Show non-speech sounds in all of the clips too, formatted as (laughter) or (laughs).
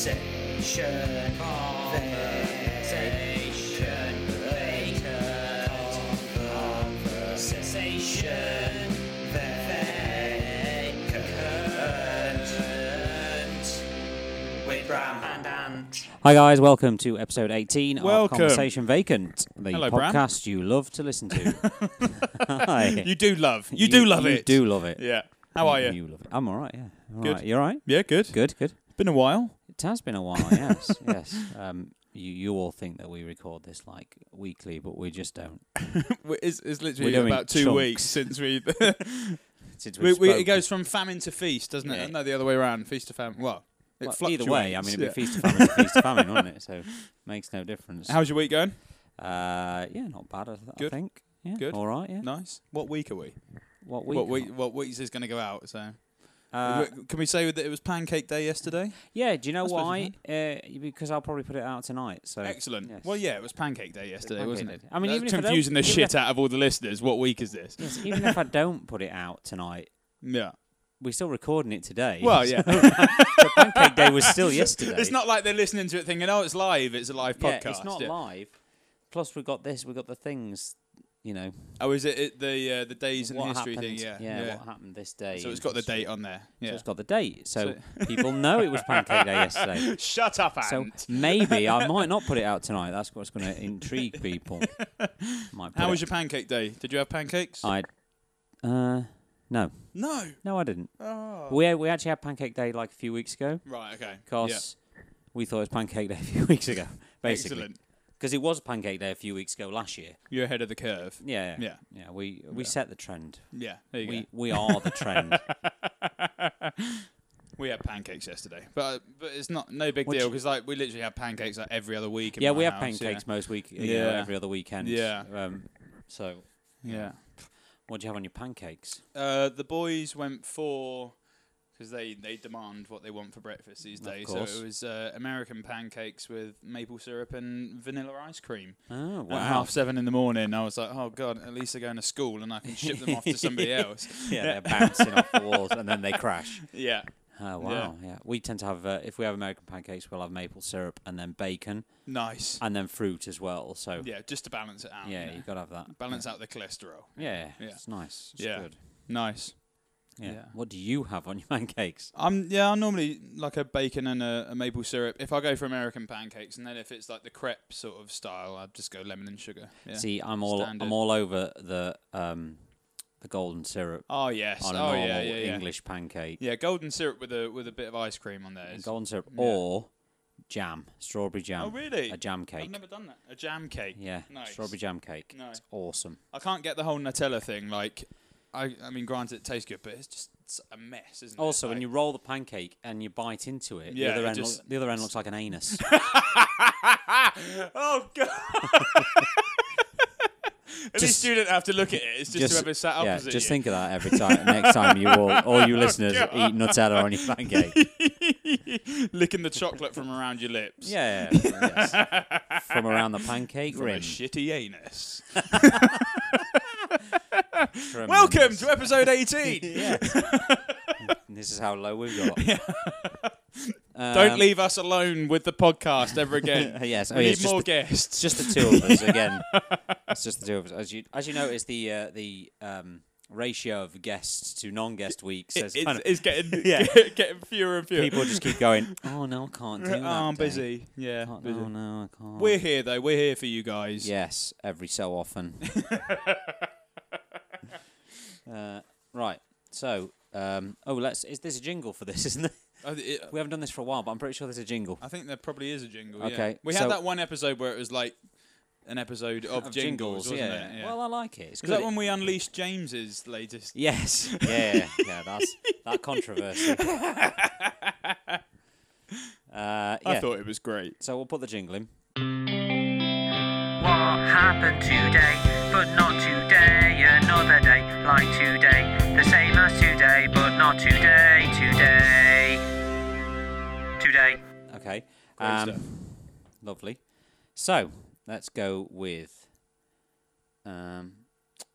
Conversation. Conversation. Conversation. With Bram and Ant. Hi guys, welcome to episode 18 Welcome. of Conversation Vacant, the Hello, Bram. podcast you love to listen to. (laughs) Hi. You do love. You, do love it. You do love it. Yeah. How are you? You love it. I'm all right, yeah. I'm all Good. right. You all right? Yeah, good. Good, good. Been (laughs) a while. It has been a (laughs) while, yes, yes. Um, you, you all think that we record this like weekly, but we just don't. We- It's, it's We're literally doing about two chunks. weeks (laughs) since we. (laughs) Since we, we've we it spoken. goes from famine to feast, doesn't it? Yeah. No, the other way around. Feast to famine. Well, it Well, fluctuates. either way, I mean, it'd be yeah. feast to famine, feast to famine, wouldn't it? (laughs) So makes no difference. How's your week going? Uh, yeah, not bad. I, th- I Good. think. Yeah, Good. All right. Yeah. Nice. What week are we? What week? what week? are- What week is going to go out? So Uh, can we say that it was Pancake Day yesterday? yeah. Do you know I suppose why? Uh, because I'll probably put it out tonight. So Excellent. yes. Well, yeah, it was Pancake Day yesterday, Pancake wasn't Day. it? I mean, That's even if I don't- confusing the even shit out of all the listeners. What week is this? Yes, even if I don't put it out tonight, Yeah. we're still recording it today. (laughs) Well, yeah. the pancake day was still yesterday. (laughs) It's not like they're listening to it thinking, "Oh, it's live. It's a live Yeah, podcast." it's not Yeah. live. Plus, we got this. We got the things. You know, Oh, is it, it the uh, the days in what history happened? thing? Yeah, what happened this day? So it's and got the stuff. date on there. So Yeah. it's got the date. So, (laughs) people know it was pancake day yesterday. Shut up, So Ant. maybe (laughs) I might not put it out tonight. That's what's going to intrigue people. Might put How it- was your pancake day? Did you have pancakes? I, uh, no, no. no, I didn't. Oh. We we actually had Pancake Day like a few weeks ago Right. Okay. because we thought it was Pancake Day a few (laughs) weeks ago, Yeah. basically. Excellent. Because it was Pancake Day a few weeks ago last year. You're ahead of the curve. Yeah, yeah, Yeah. yeah. we we set the trend. Yeah. There you We go. we are the (laughs) trend. We had pancakes yesterday, but but it's not no big Which- deal because like we literally have pancakes like every other week. in yeah, my we have house, pancakes most week. Yeah, Yeah. every other weekend. Yeah. Um, so Yeah. what do you have on your pancakes? yeah. Uh, the boys went for because they they demand what they want for breakfast these Of days. course. So it was uh, American pancakes with maple syrup and vanilla ice cream. Oh At wow. half (laughs) seven in the morning, I was like, "Oh God, at least they're going to school, and I can ship them off (laughs) to somebody else." yeah, they're bouncing off the walls and then they (laughs) crash. Yeah, Oh wow. Yeah. We tend to have uh, if we have American pancakes, we'll have maple syrup and then bacon nice. and then fruit as well. So Yeah, just to balance it out. Yeah, you know. you gotta have that. balance out the cholesterol. Yeah, Yeah. it's nice. It's Yeah. good. Nice. Yeah. Yeah. What do you have on your (laughs) pancakes? I'm yeah, I'm normally like a bacon and a, a maple syrup. If I go for American pancakes, and then if it's like the crepe sort of style, I'd just go lemon and sugar. Yeah. See, I'm all Standard. I'm all over the um the golden syrup oh yes. on a oh normal yeah, yeah, yeah. English pancake. Yeah, golden syrup with a with a bit of ice cream on there. And is- Golden syrup yeah. or jam, strawberry jam. oh really? A jam I've cake. never done that. A jam cake. yeah, Nice. strawberry jam cake. No. It's awesome. I can't get the whole Nutella thing. Like, I I mean, granted, it tastes good, but it's just it's a mess, isn't it? Also, like, when you roll the pancake and you bite into it, the Yeah, other it end loo- just- the other end looks like an (laughs) anus. oh god. (laughs) At least you didn't have to look at it. It's just, whoever sat yeah, opposite just you. Oh, think of that every time. next time you all, all (laughs) you listeners eat Nutella on your pancake. (laughs) licking the chocolate from around your lips. Yeah, yeah, yeah, (laughs) yes. from around the pancake From a rim. shitty (laughs) anus. Tremendous. Welcome to episode 18. (laughs) (laughs) yeah. this is how low we've got. Don't Um, leave us alone with the (laughs) podcast ever again. Yes, oh, We yeah, need it's just more (laughs) the, it's guests. just the two of us again. It's just the two of us. As you as you notice, the uh, the um, ratio of guests to non-guest weeks It- is it's, kind of it's getting (laughs) (laughs) Yeah. get- getting fewer and fewer. (laughs) people just keep going. Oh no, I can't do oh, that. I'm day. busy. Yeah. Can't- busy. Oh no, I can't. We're here though. We're here for you guys. yes, every so (laughs) often. uh, right. So, um, oh, let's. Is this a jingle for this? Isn't there? (laughs) I, th- it- We haven't done this for a while, but I'm pretty sure there's a jingle. I think there probably is a jingle. Yeah. Okay, We had so- that one episode where it was like an episode of, Of jingles, wasn't it? Yeah. Well, I like it. It's is good. that when we unleashed James's latest? (laughs) Yes. Yeah. Yeah. That's that controversy. Uh, I yeah. thought it was great. So we'll put the jingle in. What happened today, but not today, another day, like today, the same as today, but not today, today, today. Okay. Um, Great stuff. Lovely. So let's go with. Um,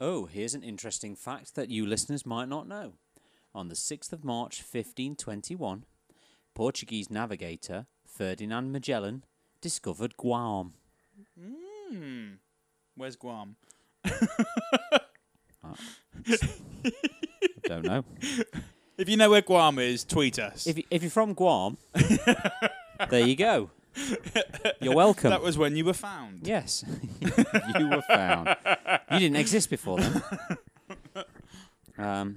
oh, here's an interesting fact that you listeners might not know. On the 6th of March 1521, Portuguese navigator Ferdinand Magellan discovered Guam. Hmm. Where's Guam? Don't know. If you know where Guam is, tweet us. if, y- if you're from Guam, there you go. You're welcome. that was when you were found. yes, you were found. You didn't exist before then. Um,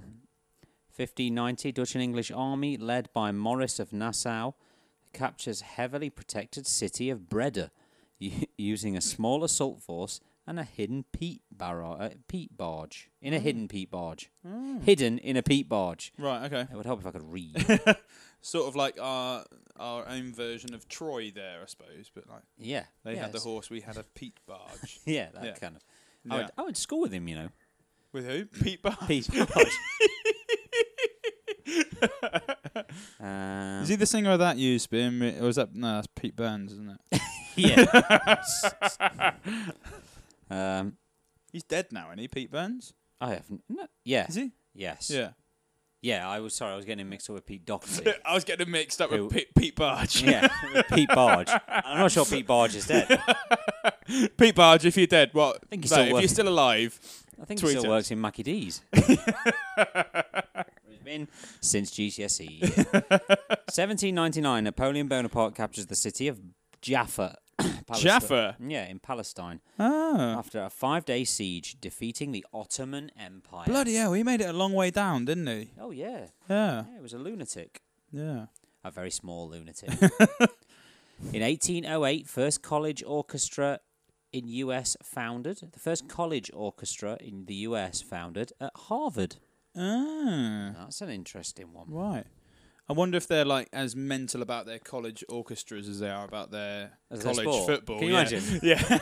1590, Dutch and English army, led by Maurice of Nassau, captures heavily protected city of Breda, u- (laughs) using a small assault force and a hidden peat, barra- uh, peat barge. In a hidden peat barge. Hidden in a peat barge. Right. Okay. It would help if I could read. Sort of like our our own version of Troy there, I suppose. But like Yeah. they had the yes. horse, we had a peat barge. Yeah, that Yeah. kind of. I, Yeah. would, I would score with him, you know. With who? Peat barge. (laughs) (laughs) um, Is he the singer of that you spin, or is that no? That's Pete Burns, isn't (laughs) it? yeah. um, He's dead now, isn't he? Pete Burns. I have. No, yeah. Is he? Yes. Yeah. Yeah. I was sorry. I was getting him mixed up with Pete (laughs) Doherty. I was getting mixed up Who- with Pete, Pete Barge. yeah. with Pete Barge. I'm not sure Pete Barge is dead. I (laughs) Pete Barge, if you're dead, what? think he's no, still if working. you're still alive, think he still Tweet us. works in Mackie (laughs) D's. Where he's been since GCSE. 1799. E. Napoleon Bonaparte captures the city of Jaffa. (coughs) Palestine- Jaffa? Yeah, in Palestine. oh after a five day siege, defeating the Ottoman Empire. bloody hell, he made it a long way down, didn't he? Oh, yeah. Yeah, Yeah, it was a lunatic. yeah. A very small (laughs) lunatic. in 1808, first college orchestra in US founded. The first college orchestra in the US founded at Harvard. Ah, That's an interesting one. right. I wonder if they're like as mental about their college orchestras as they are about their As their college sport. football. Can you yeah. imagine? (laughs) Yeah.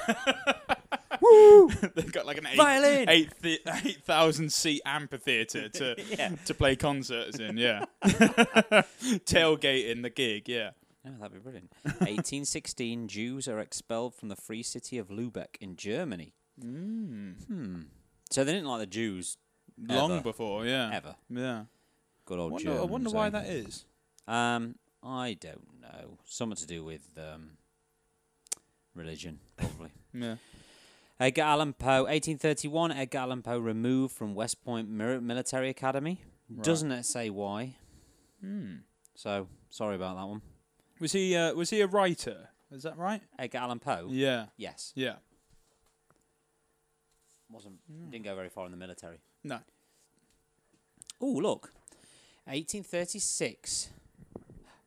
Woo! (laughs) They've got like an eight Violin! eight thi- (laughs) eight thousand seat amphitheater to (laughs) Yeah. to play concerts in. (laughs) Yeah, tailgating the gig. Yeah. Oh, that'd be brilliant. 1816, Jews are expelled from the free city of Lubeck in Germany. Hmm. So they didn't like the Jews Long Ever. before, yeah. ever. Yeah. Good old Uh. Wonder, I Germans. wonder why eh? that is. Um, I don't know. Something to do with um, religion, probably. (laughs) Yeah. Edgar Allan Poe, 1831. Edgar Allan Poe removed from West Point Mir- Military Academy. Doesn't it say why? Hmm. So sorry about that one. Was he uh, was he a writer? Is that right? Edgar Allan Poe. Yeah. Yes, Yeah. wasn't didn't go very far in the military. Hmm. No. Oh look, 1836.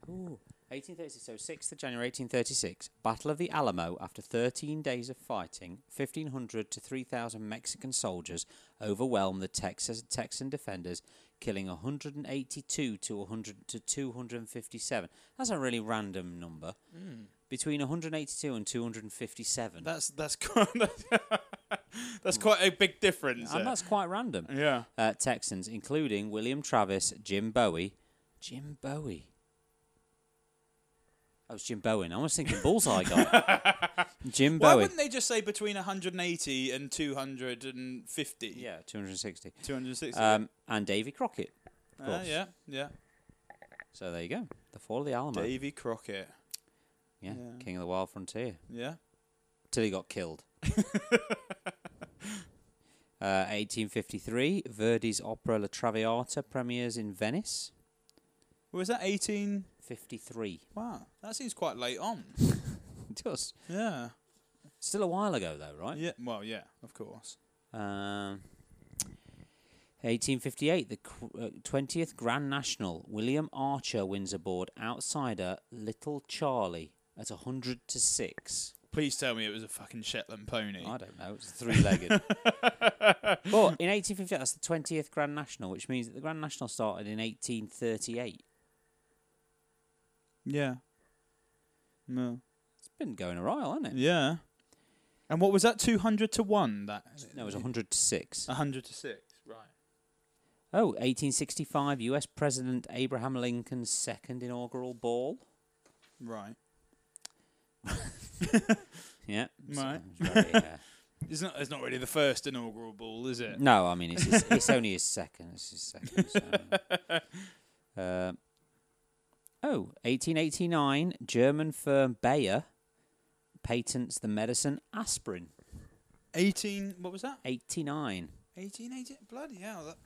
Ooh. 1836, so 6th of January 1836, Battle of the Alamo. After 13 days of fighting, 1,500 to 3,000 Mexican soldiers overwhelmed the Texas Texan defenders, killing 182 to 100 to 257. That's a really random number. Hmm. Between 182 and 257. That's that's (laughs) quite that's quite a big difference. eh? and there. that's quite random. yeah. uh, Texans, including William Travis, Jim Bowie. Jim Bowie. Oh, it's Jim Bowen. I was thinking Bullseye guy. (laughs) Jim Why Bowie. wouldn't they just say between 180 and 250? Yeah, 260. 260. Um, and Davy Crockett, of Ah, course. yeah, yeah. So there you go. The Fall of the Alamo. Davy Crockett. yeah, King of the Wild Frontier. Yeah. Till he got (laughs) killed. Uh, 1853, Verdi's opera La Traviata premieres in Venice. Was that 18? (laughs) 53. Wow, that seems quite late on. Just yeah. still a while ago, though, right? Yeah. Well, yeah, of course. Um, 1858, the qu- uh, 20th Grand National. William Archer wins aboard outsider Little Charlie at 100 to 6. Please tell me it was a fucking Shetland pony. I don't know, it's three legged. (laughs) but in 1858, that's the 20th Grand National, which means that the Grand National started in 1838. Yeah. No. It's been going a while, hasn't it? Yeah. And what was that? 200 to 1? That No, it was 100 to 6. 100 to 6. Right. Oh, 1865, US President Abraham Lincoln's second inaugural ball. Right. Yeah. so Right. it was very, uh, It's not, it's not really the first inaugural ball, is it? No, I mean it's his, (laughs) it's only his second. It's his second. So. Uh, oh, Oh, 1889, German firm Bayer patents the medicine aspirin. 18. What was that? 89. 1880. Bloody hell. That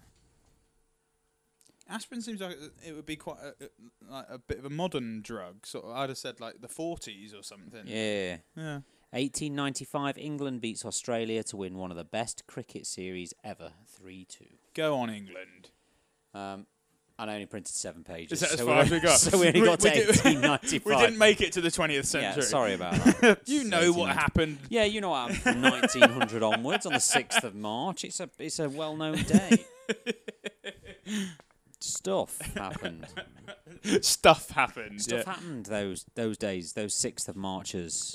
aspirin seems like it- it would be quite a, a- like a bit of a modern drug. Sort of, I'd have said like the 40s or something. Yeah. Yeah. 1895, England beats Australia to win one of the best cricket series ever, 3 2. Go on, England. Um, and I only printed seven pages. Is that as so far we- (laughs) as we got? So we only got to did- 1895. (laughs) We didn't make it to the 20th century. yeah, sorry about that. (laughs) You know what 1895. happened. (laughs) Yeah, you know what happened from 1900 onwards on the 6th of March. It's a it's a well-known day. Stuff (laughs) happened. Stuff happened. Stuff happened those those days, those 6th of (laughs) Marches.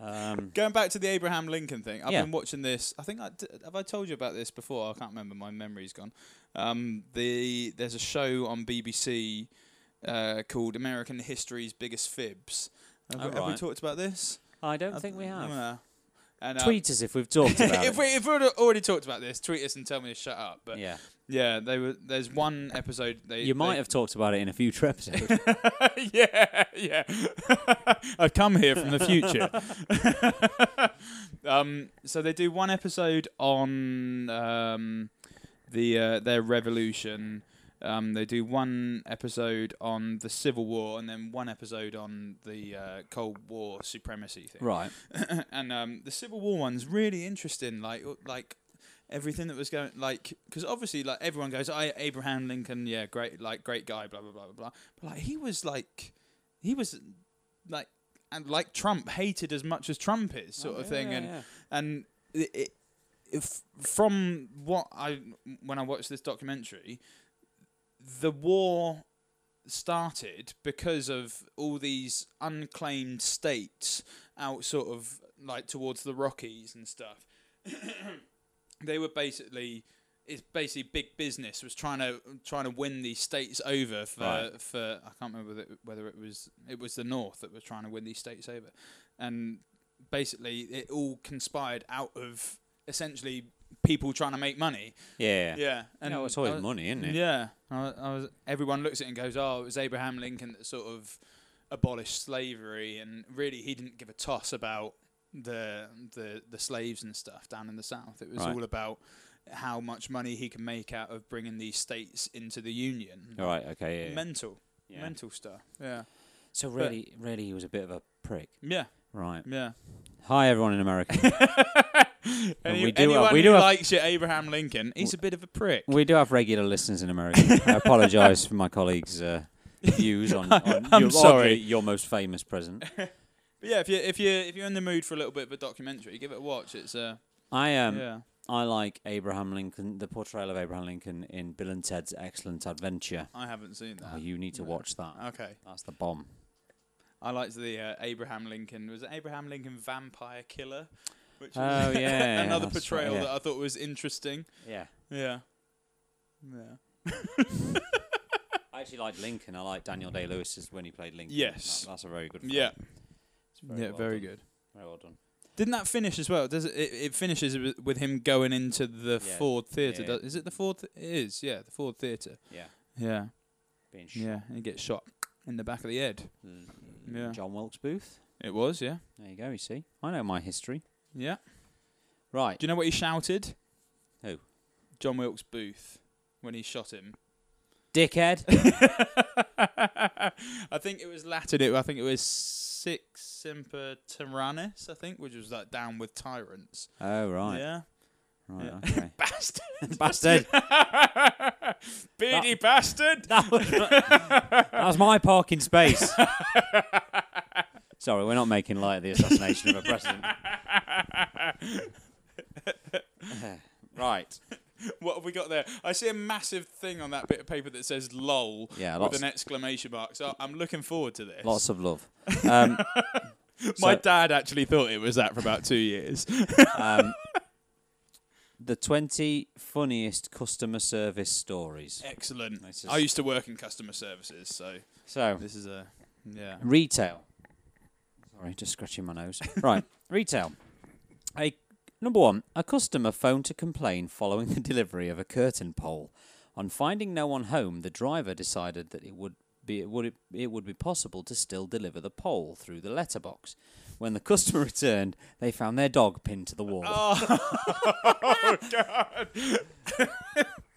Um, Going back to the Abraham Lincoln thing, I've Yeah. been watching this. I think I d- have I told you about this before. I can't remember. My memory's gone. Um, the there's a show on BBC uh, called American History's Biggest Fibs. Have, Oh, we, have we right. talked about this? I don't think we have. Yeah. And, um, Tweet us if we've talked about Uh, (laughs) if it. we if we already talked about this, tweet us and tell me to shut up. But yeah, (laughs) Yeah, they were. There's one episode. They, you might they- have talked about it in a future (laughs) episode. yeah, yeah. (laughs) I've come here from the future. (laughs) um, so they do one episode on um, the uh, their revolution. Um, they do one episode on the Civil War, and then one episode on the uh, Cold War supremacy thing. right. and um, the Civil War one's really interesting. Like, like everything that was going, like, because obviously, like everyone goes, "I Abraham Lincoln, yeah, great, like great guy, blah blah blah blah blah." But like, he was like, he was like, and like Trump hated as much as Trump is, sort of thing, Oh, Yeah, and yeah. and it, it, if from what I when I watched this documentary, the war started because of all these unclaimed states out sort of like towards the Rockies and stuff. (coughs) they were basically it's basically big business was trying to trying to win these states over for Right. for I can't remember whether it, whether it was it was the North that was trying to win these states over, and basically it all conspired out of essentially people trying to make money. yeah. Yeah, and No, it's always I was- money, isn't it? Yeah, I, was- I was, everyone looks at it and goes, "Oh, it was Abraham Lincoln that sort of abolished slavery," and really he didn't give a toss about the the the slaves and stuff down in the South. It was Right. all about how much money he can make out of bringing these states into the Union. All right. Okay. Oh, yeah, Yeah. Mental, Yeah. mental stuff. Yeah, So really, really, he was a bit of a prick. yeah, Right. yeah. Hi, everyone in America. Any, we do have- anyone we do who have- likes your Abraham Lincoln, he's a bit of a prick. we do have regular listeners in America. I apologise for my colleagues' uh, views (laughs) on, on I'm your, sorry. oddly, your most famous president. But yeah, if you if you if you're in the mood for a little bit of a documentary, give it a watch. It's uh, I Um, yeah. I like Abraham Lincoln, the portrayal of Abraham Lincoln in Bill and Ted's Excellent Adventure. I haven't seen that. Oh, you need to watch that. okay. That's the bomb. I liked the uh, Abraham Lincoln. Was it Abraham Lincoln Vampire Killer? Which Oh, yeah, yeah, (laughs) another that's right, portrayal yeah. that I thought was interesting. Yeah. Yeah. Yeah. I actually like Lincoln. I like Daniel Day Lewis's when he played Lincoln. Yes. That- that's a very good. film. Yeah. It's very well done. good. Very well done. Didn't that finish as well? Does it? It, it finishes wi- with him going into the Yeah. Ford Theatre. Yeah. does- Is it the Ford? Th- it is. Yeah, the Ford Theatre. Yeah. Yeah. Being shot. Yeah. He gets shot in the back of the head. Yeah. John Wilkes Booth. It was. Yeah. There you go. You see, I know my history. Yeah. Right. Do you know what he shouted? Who? John Wilkes Booth when he shot him. Dickhead. (laughs) I think it was Latin. It, I think it was six semper tyrannis. I think, which was like down with tyrants. oh right. (laughs) Yeah, Right. Yeah. Okay. (laughs) bastard, Bastard. beady bastard. That (laughs) was, that was my parking (laughs) space. Sorry, we're not making light of the assassination of a president. (laughs) right. What have we got there? I see a massive thing on that bit of paper that says "lol" Yeah, with lots- an exclamation mark. So I'm looking forward to this. Lots of love. Um, My so- dad actually thought it was that for about two years. (laughs) um, the 20 funniest customer service stories. Excellent. This I is- used to work in customer services, so So, this is a yeah. retail. Sorry, just scratching my (laughs) nose. Right, retail. A number one, a customer phoned to complain following the delivery of a curtain pole. On finding no one home, the driver decided that it would be it would it, it would be possible to still deliver the poll through the letterbox. When the customer (laughs) returned, they found their dog pinned to the wall. Oh. (laughs)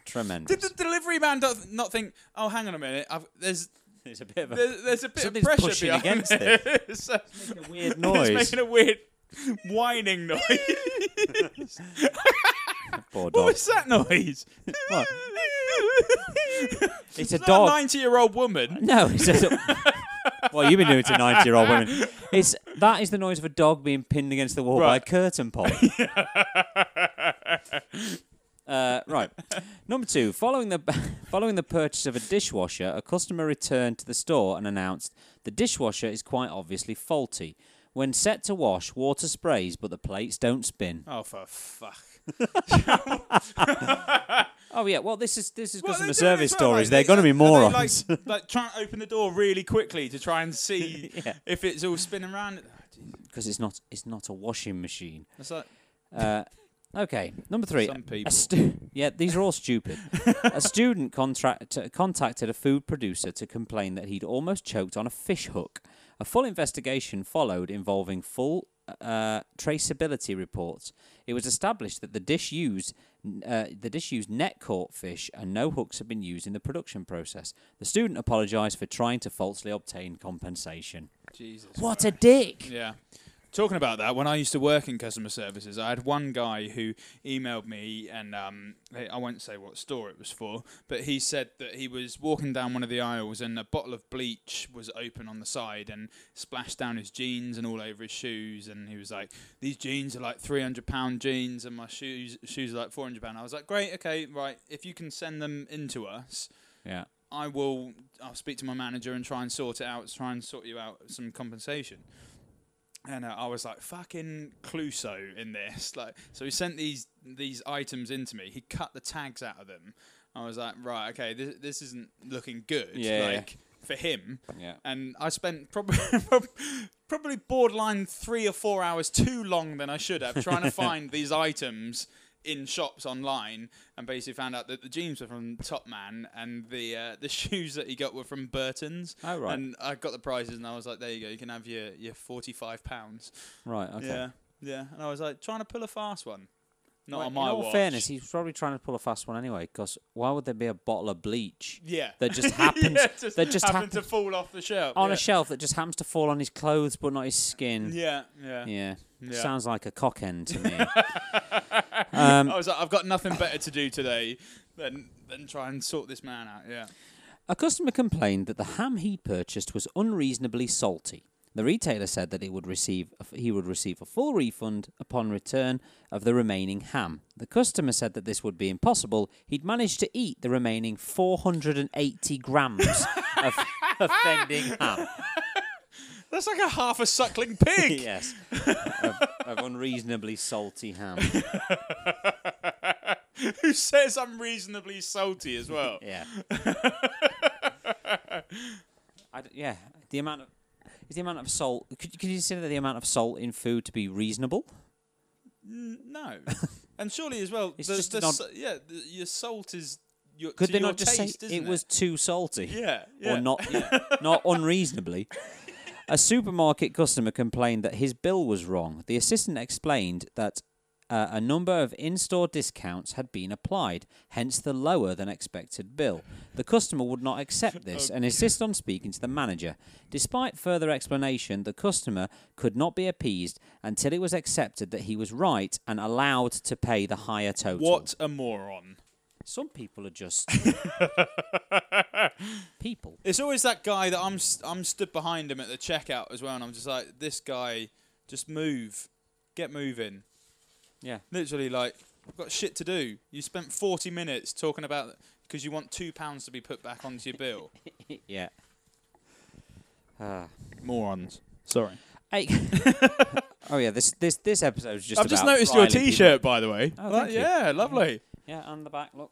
Tremendous. Did the delivery man not, not think? Oh, hang on a minute. I've, there's It's a bit of a, there's, there's a bit Something's of pressure pushing behind against this. (laughs) So- a weird It's noise. making a weird whining (laughs) noise. Poor dog. what was that (laughs) noise? Oh. (laughs) What? It's a Is that dog. Ninety-year-old woman. No, it's a, (laughs) well, you've been doing it to ninety-year-old women. It's that is the noise of a dog being pinned against the wall by a Right. curtain (laughs) pole. Uh, right. Number two. Following the (laughs) following the purchase of a dishwasher, a customer returned to the store and announced the dishwasher is quite obviously faulty. When set to wash, water sprays, but the plates don't spin. Oh, for fuck! Oh yeah. Well, this is this is What are customer they doing service as well? Like, stories. They're going to be are they, morons. (laughs) like, like trying to open the door really quickly to try and (laughs) see if it's all spinning around. because it's not it's not a washing machine. It's like, Uh, okay, number three. Some A people. stu- (laughs) yeah, these are all stupid. a student contract- contacted a food producer to complain that he'd almost choked on a fish hook. A full investigation followed involving full uh, traceability reports. It was established that the dish used uh, the dish used net caught fish and no hooks had been used in the production process. The student apologised for trying to falsely obtain compensation. Jesus. What a dick! Yeah. Talking about that, when I used to work in customer services, I had one guy who emailed me, and um, I I won't say what store it was for, but he said that he was walking down one of the aisles and a bottle of bleach was open on the side and splashed down his jeans and all over his shoes. And he was like, These jeans are like £300 jeans, and my shoes, shoes are like £400. I was like, Great, okay, right. If you can send them in to us, Yeah. I will. I'll speak to my manager and try and sort it out. Try and sort you out some compensation. And uh, I was like, fucking Cluso in this. (laughs) Like, so he sent these these items into me. He cut the tags out of them. I was like, right, okay, this this isn't looking good. Yeah. Like for him. Yeah. And I spent (laughs) probably probably borderline three or four hours too long than I should have trying (laughs) to find these items in shops online, and basically found out that the jeans were from Top Man and the uh, (laughs) the shoes that he got were from Burton's. Oh, right. And I got the prizes, and I was like, there you go, you can have your your forty five pounds. Right. Okay. Yeah, yeah. And I was like, trying to pull a fast one. Not Well, on my in all watch. fairness, he's probably trying to pull a fast one anyway. Because why would there be a bottle of bleach yeah, that (laughs) just happens yeah, just that just happened happens to fall off the shelf on yeah. a shelf that just happens to fall on his clothes but not his skin? yeah, yeah. Yeah. Yeah. sounds like a cock end to (laughs) me. um, I was like, Oh, I've got nothing better to do today than than try and sort this man out. Yeah. a customer complained that the ham he purchased was unreasonably salty. The retailer said that it would receive he would receive a full refund upon return of the remaining ham. The customer said that this would be impossible. He'd managed to eat the remaining 480 grams (laughs) of offending ham. That's like a half (laughs) a suckling pig. (laughs) yes, of, of unreasonably salty ham. Who says I'm reasonably salty as well? Yeah. I d- yeah, the amount of is the amount of salt. Could, could you consider the amount of salt in food to be reasonable? No. and surely as well, It's the, just the, not- sa- yeah, the, your salt is your Could to they your not just taste, say isn't it was too salty? Yeah, yeah. Or (laughs) not, not unreasonably. A supermarket customer complained that his bill was wrong. The assistant explained that uh, a number of in store discounts had been applied, hence the lower than expected bill. The customer would not (laughs) accept this and insisted on speaking to the manager. Despite further explanation, the customer could not be appeased until it was accepted that he was right and allowed to pay the higher total. What a moron. Some people are (laughs) just people. It's always that guy that I'm s- I'm stood behind him at the checkout as well, and I'm just like, this guy, just move, get moving. Yeah. Literally, like, I've got shit to do. You spent 40 minutes talking about because you want two pounds to be put back onto your bill. yeah. Ah. Morons. Sorry. Hey. (laughs) oh yeah, this this this episode's just. I've just about noticed your riling people. T-shirt, by the way. Oh, Like, thank you. yeah, lovely. Yeah, on the back. Look.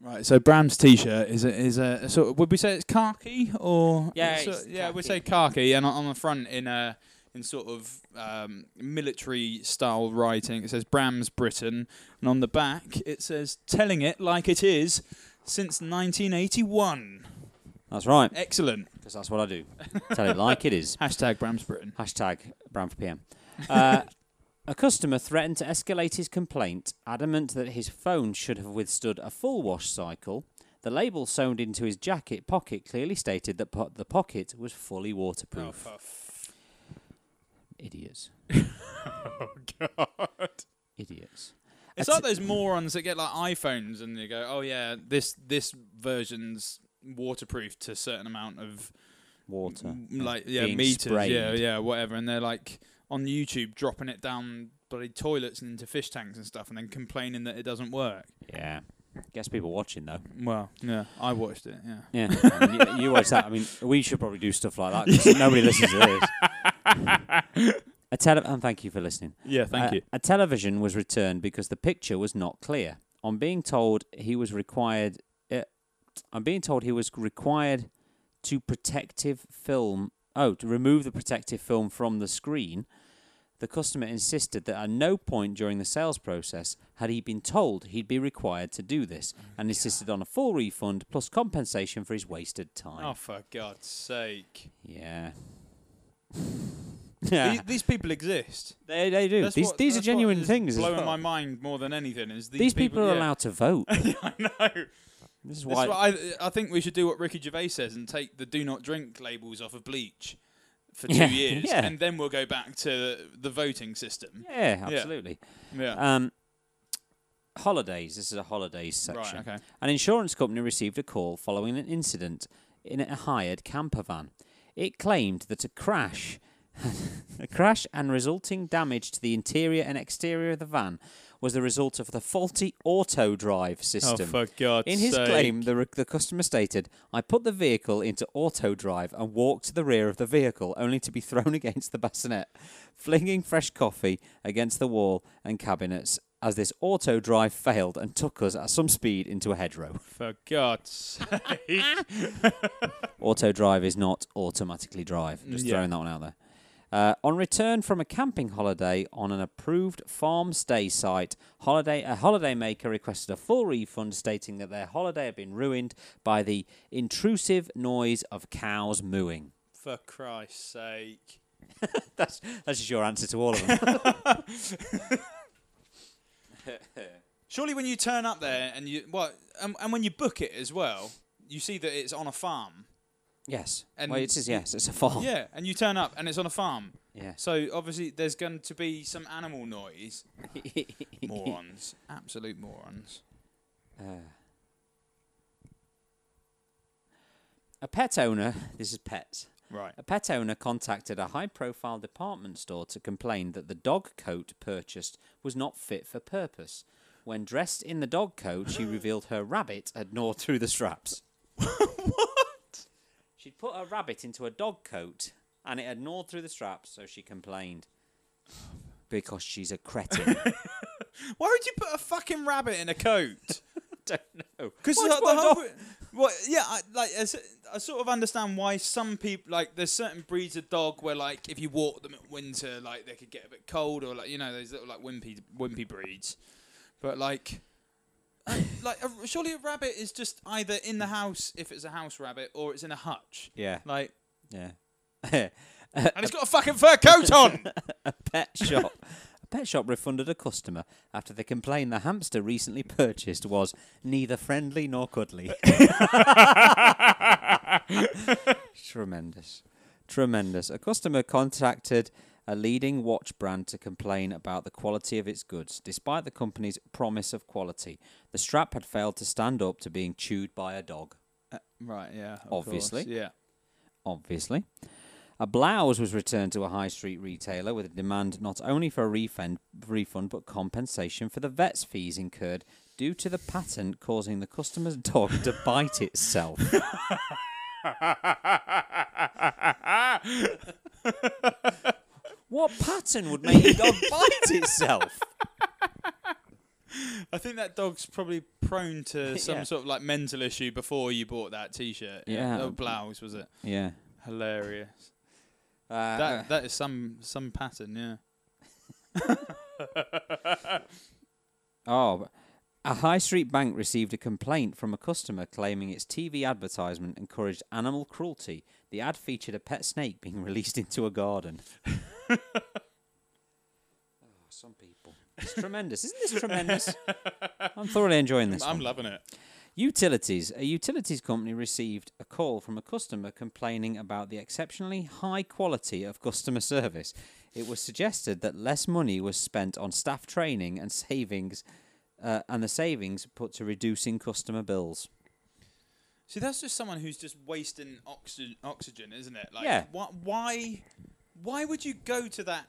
Right, so Bram's T-shirt is a, is a sort. Of, would we say it's khaki or Yeah, so- it's yeah, we khaki. say khaki, and on- on the front in a in sort of um, military style writing, it says Bram's Britain, and on the back it says "Telling it like it is." since 1981. That's right, Excellent. because that's what I do. Tell it like it (laughs) is. Hashtag Bram's Britain. Hashtag Brown for (laughs) PM. Uh, a customer threatened to escalate his complaint, adamant that his phone should have withstood a full wash cycle. The label sewn into his jacket pocket clearly stated that po- the pocket was fully Oh, waterproof. (laughs) Idiots. Oh, God. Idiots. It's That's- like those morons that get like iPhones and they go, "Oh yeah, this this version's waterproof to a certain amount of Water. m- like yeah being meters, yeah sprayed. yeah whatever," and they're like on YouTube dropping it down bloody toilets and into fish tanks and stuff, and then complaining that it doesn't work. Yeah. Guess people watching though. Well, yeah, I watched it. Yeah, Yeah. (laughs) I mean, you, you watch that. I mean, we should probably do stuff like that (laughs) 'cause nobody listens to this. (laughs) A tele- and thank you for listening. yeah, a, Uh, A television was returned because the picture was not clear. On being told he was required, uh, I'm being told he was required to protective film. Oh, to remove the protective film from the screen. The customer insisted that at no point during the sales process had he been told he'd be required to do Mm. this, and insisted on a full refund plus compensation for his wasted time. Oh, for (laughs) God's sake! Yeah. yeah. (laughs) These, these people exist. They, they do. That's these what- these are that's what genuine is things. as Blowing well. my mind more than anything is these, These people, are yeah. allowed to (laughs) vote. I know. This is This why. is what I, I think we should do what Ricky Gervais says and take the do not drink labels off of bleach for two Yeah, (laughs) years, yeah. and then we'll go back to the voting system. yeah, absolutely. Yeah. Um, holidays. This is a holidays right. section. Okay. An insurance company received a call following an incident in a hired camper van. It claimed that a crash, (laughs) a crash and resulting damage to the interior and exterior of the van, was the result of the faulty auto Oh, drive system. God's In his claim, the, re- the customer stated, I put the vehicle into auto drive and walked to the rear of the vehicle, only to be (laughs) thrown against the bassinet, flinging fresh coffee against the wall and cabinets as this auto drive failed and took us at some speed into a hedgerow. for God's (laughs) sake. auto drive is not automatically drive. Just Yeah. throwing that one out there. Uh, on return from a camping holiday on an approved farm stay site, holiday a holidaymaker requested a full refund, stating that their holiday had been ruined by the intrusive noise of cows mooing. (laughs) for Christ's sake. That's that's just your answer to all of (laughs) them. Surely, when you turn up there and you well, and, and when you book it as well, you see that it's on a farm. yes. And- well, it is yes. It's a farm. Yeah, and you turn up and it's on a farm. Yeah. So obviously, there's going to be some animal (laughs) noise. morons, absolute morons. A pet owner. This is pets. Right. A pet owner contacted a high profile department store to complain that the dog coat purchased was not fit for purpose. When dressed in the dog coat, she revealed her rabbit had gnawed through the straps. what? She'd put her rabbit into a dog coat and it had gnawed through the straps, so she complained. (sighs) Because she's a cretin. Why would you put a fucking rabbit in a coat? Don't know. Because Why the, do the I know? whole, (laughs) well, yeah, I, like I, s- I sort of understand why some people like there's certain breeds of dog where like if you walk them at winter, like they could get a bit cold or like you know those little like wimpy wimpy breeds, but like. I- like a, (laughs) surely a rabbit is just either in the house if it's a house rabbit or it's in a hutch. Yeah. Like Yeah. (laughs) and it's got a fucking fur coat on. pet shop. A pet shop refunded a customer after they complained the hamster recently purchased was neither friendly nor cuddly. Tremendous. Tremendous. A customer contacted a leading watch brand to complain about the quality of its goods, despite the company's promise of quality. The strap had failed to stand up to being chewed by a dog right, yeah. of course, Obviously. Yeah. obviously. A blouse was returned to a high street retailer with a demand not only for a refund, refund but compensation for the vet's fees incurred due to the pattern causing the customer's (laughs) dog to bite itself. what pattern would make a dog bite itself? I think that dog's probably prone to some Yeah. sort of like mental issue before you bought that t-shirt. Yeah. Or blouse, was it? Yeah. Hilarious. Uh, That that is some some pattern, yeah. Oh, A high street bank received a complaint from a customer claiming its TV advertisement encouraged animal cruelty. The ad featured a pet snake being (laughs) released into a garden. (laughs) oh, some people. It's tremendous. Isn't this tremendous? I'm thoroughly enjoying this. I'm one. loving it. Utilities. A utilities company received a call from a customer complaining about the exceptionally high quality of customer service. It was suggested that less money was spent on staff training and savings, uh, and the savings put to reducing customer bills. See, that's just someone who's just wasting oxygen, oxygen, isn't it? Like, Yeah. Why, why, why would you go to that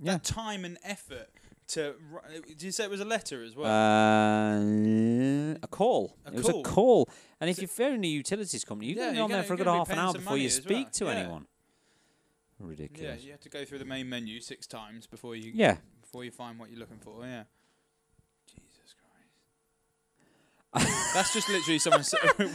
that Yeah. time and effort to? ri- Did you say it was a letter as well? Uh, a call. A it was call. a call. And if you're in a utilities company, you're Yeah, going to be you're on there gonna- for a good you're gonna be half an paying hour some before you money as speak well. to Yeah. anyone. yeah, Ridiculous. you have to go through the main menu six times before you yeah. before you find what you're looking for. Yeah. Jesus Christ. that's just literally someone. sa- (laughs) what,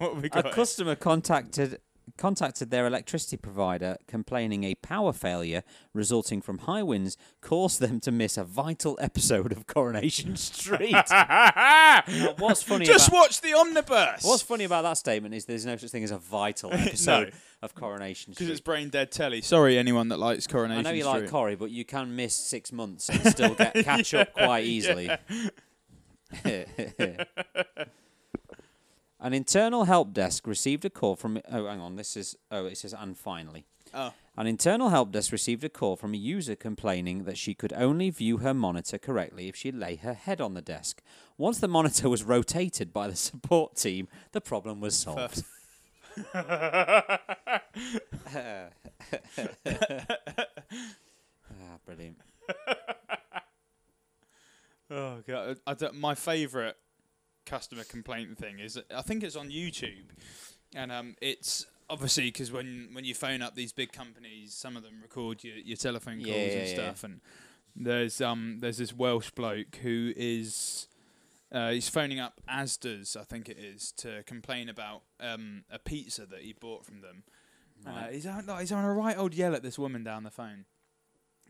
what have A we got? here? customer contacted contacted their electricity provider complaining a power failure resulting from high winds caused them to miss a vital episode of Coronation Street. (laughs) Now, what's funny Just about watch the omnibus. what's funny about that statement is there's no such thing as a (laughs) vital episode of Coronation because it's Street. brain dead telly. Sorry, anyone that likes Coronation I know you Street. like Corrie, but you can miss six months and still get catch up quite easily. (laughs) An internal help desk received a call from. Oh, hang on. This is. Oh, it says and finally. oh, An internal help desk received a call from a user complaining that she could only view her monitor correctly if she lay her head on the desk. Once the monitor was rotated by the support team, the problem was solved. (laughs) ah, brilliant. Oh god, I don't- my favourite customer complaint thing is I think it's on YouTube, and um, it's obviously because when when you phone up these big companies, some of them record your, your telephone calls Yeah, and yeah, yeah. stuff, and there's um there's this Welsh bloke who is. Uh, he's phoning up Asda's, I think it is, to complain about um, a pizza that he bought from them. Uh, he's on, like, he's on a right old yell at this woman down the phone,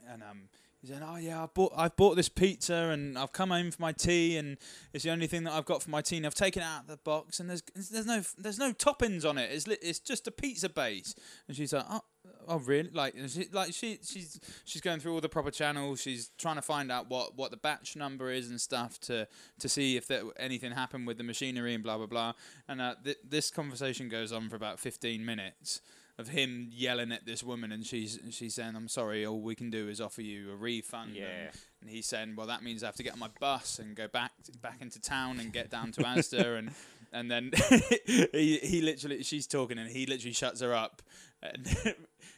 and um, he's saying, "Oh yeah, I bought I bought this pizza, and I've come home for my tea, and it's the only thing that I've got for my tea. And I've taken it out of the box, and there's there's no there's no toppings on it. It's li- it's just a pizza base." And she's like, "Oh, oh really?" Like, and she, like she she's she's going through all the proper channels. She's trying to find out what what the batch number is and stuff to to see if there, anything happened with the machinery and blah blah blah. And uh, th- this conversation goes on for about fifteen minutes of him yelling at this woman, and she's she's saying, "I'm sorry, all we can do is offer you a refund." and- Yeah. and he's saying, "Well, that means I have to get on my bus and go back back into town and get down to Asda and." And then (laughs) he, he literally, she's talking, and he literally shuts her up, and (laughs)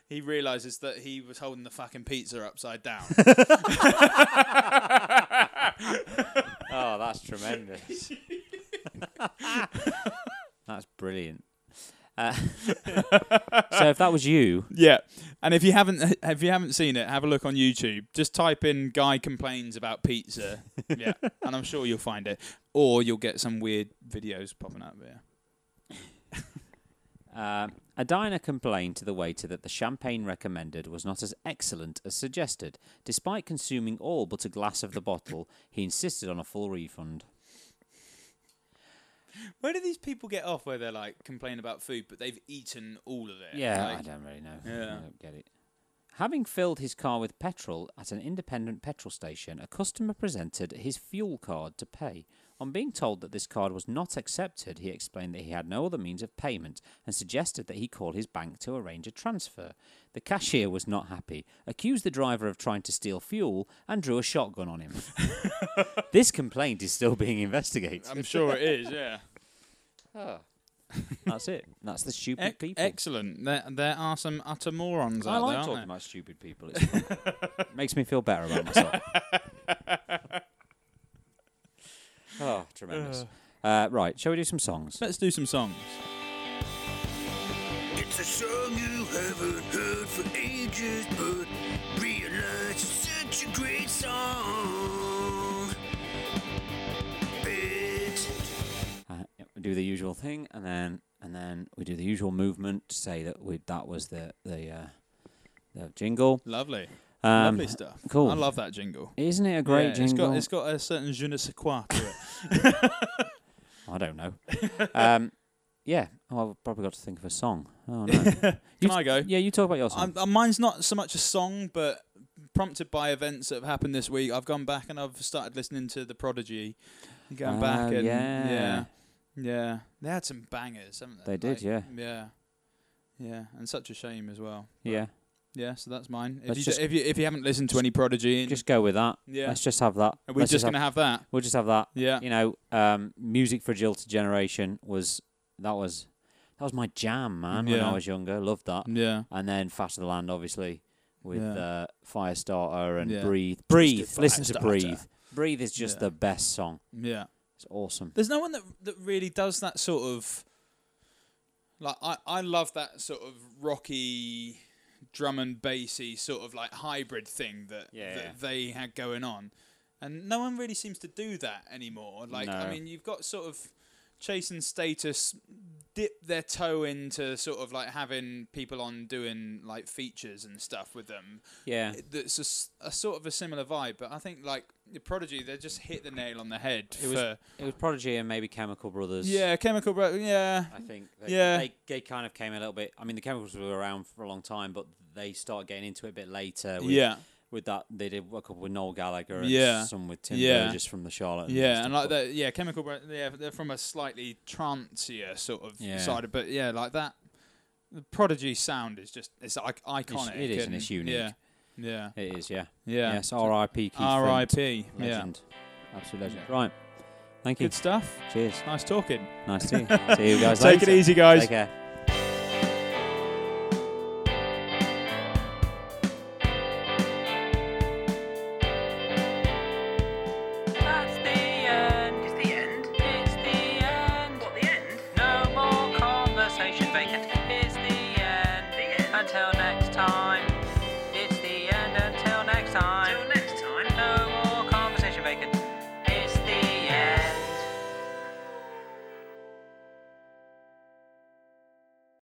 he realizes that he was holding the fucking pizza upside down. Oh, that's tremendous. that's brilliant. Uh, so if that was you, yeah, and if you haven't (laughs) if you haven't seen it, have a look on YouTube. Just type in "guy complains about (laughs) pizza," yeah, and I'm sure you'll find it, or you'll get some weird videos popping up. Yeah. Um, a diner complained to the waiter that the champagne recommended was not as excellent as suggested. Despite consuming all but a glass of the bottle, he insisted on a full refund. Where do these people get off where they're like complain about food, but they've eaten all of it? Yeah, Like, I don't really know. Yeah. I don't get it. Having filled his car with petrol at an independent petrol station, a customer presented his fuel card to pay. On being told that this card was not accepted, he explained that he had no other means of payment and suggested that he call his bank to arrange a transfer. The cashier was not happy, accused the driver of trying to steal fuel, and drew a shotgun (laughs) on him. this complaint is still being investigated. I'm sure it is. (laughs) Yeah, That's it. That's the stupid Ec- people. excellent. There, there are some utter morons I out like there, talking aren't there? about stupid people. It's (laughs) fun. Makes me feel better about myself. oh, tremendous. Uh, right, shall we do some songs? Let's do some songs. It's a song you haven't heard for ages, but realize it's such a great song. It's Uh, yeah, we do the usual thing, and then and then we do the usual movement to say that we that was the the uh, the jingle. Lovely. Um, Lovely stuff. cool. I love that jingle. isn't it a great Yeah, jingle? It's got, it's got a certain je ne sais quoi to it. I don't (laughs) know. um, yeah. Oh, I've probably got to think of a song. Oh (laughs) no. Can Can I go? Yeah, you talk about your song. I'm, uh, mine's not so much a song, but prompted by events that have happened this week, I've gone back and I've started listening to the Prodigy. Going Oh, back and yeah. yeah, yeah, they had some bangers, haven't they? They did, yeah. yeah, yeah, and such a shame as well. But yeah. yeah. So that's mine. If Let's you, just- d- if you if you haven't listened to any Prodigy, and Just go with that. Yeah. Let's just have that. are we Let's just have- gonna have that? We'll just have that. Yeah. (laughs) You know, um, music for a jilted generation was that was that was my jam, man. When I Yeah. was younger, loved that. Yeah, And then Faster Than Land, obviously, with Yeah. uh, Firestarter and Yeah. Breathe. Breathe. do Listen to Firestarter. Breathe. Breathe is just Yeah. the best song. yeah. It's awesome. There's no one that that really does that sort of like I, I love that sort of rocky drum and bassy sort of like hybrid thing that, Yeah, that yeah. they had going on. And no one really seems to do that anymore. Like I No. mean you've got sort of Chase and Status dip their toe into sort of like having people on doing like features and stuff with them Yeah. that's a s- a, sort of a similar vibe but i think like the prodigy they just hit the nail on the head It was for it was Prodigy and maybe Chemical Brothers. yeah, chemical bro. Yeah, I think. They, Yeah. They, they kind of came a little bit. I mean, the Chemicals were around for a long time, but they started getting into it a bit later. With, yeah, With that, they did a couple with Noel Gallagher and Yeah. some with Tim Yeah. Burgess from the Charlotte. yeah, and like that. Yeah, chemical bro. Yeah, they're from a slightly trancier sort of Yeah. side, of, but yeah, like that. The prodigy sound is just it's like iconic. it is, and and it's unique. Yeah, yeah, It is, yeah. yeah. Yes, R.I.P. Keith. Flint. R.I.P. Yeah, Legend. Absolute legend. Right. Thank you. good stuff. Cheers. Nice talking. Nice (laughs) to you. See you guys Take it later. easy, guys. Take care. That's the end. It's the end. It's the end. What, the end? No more conversation vacant.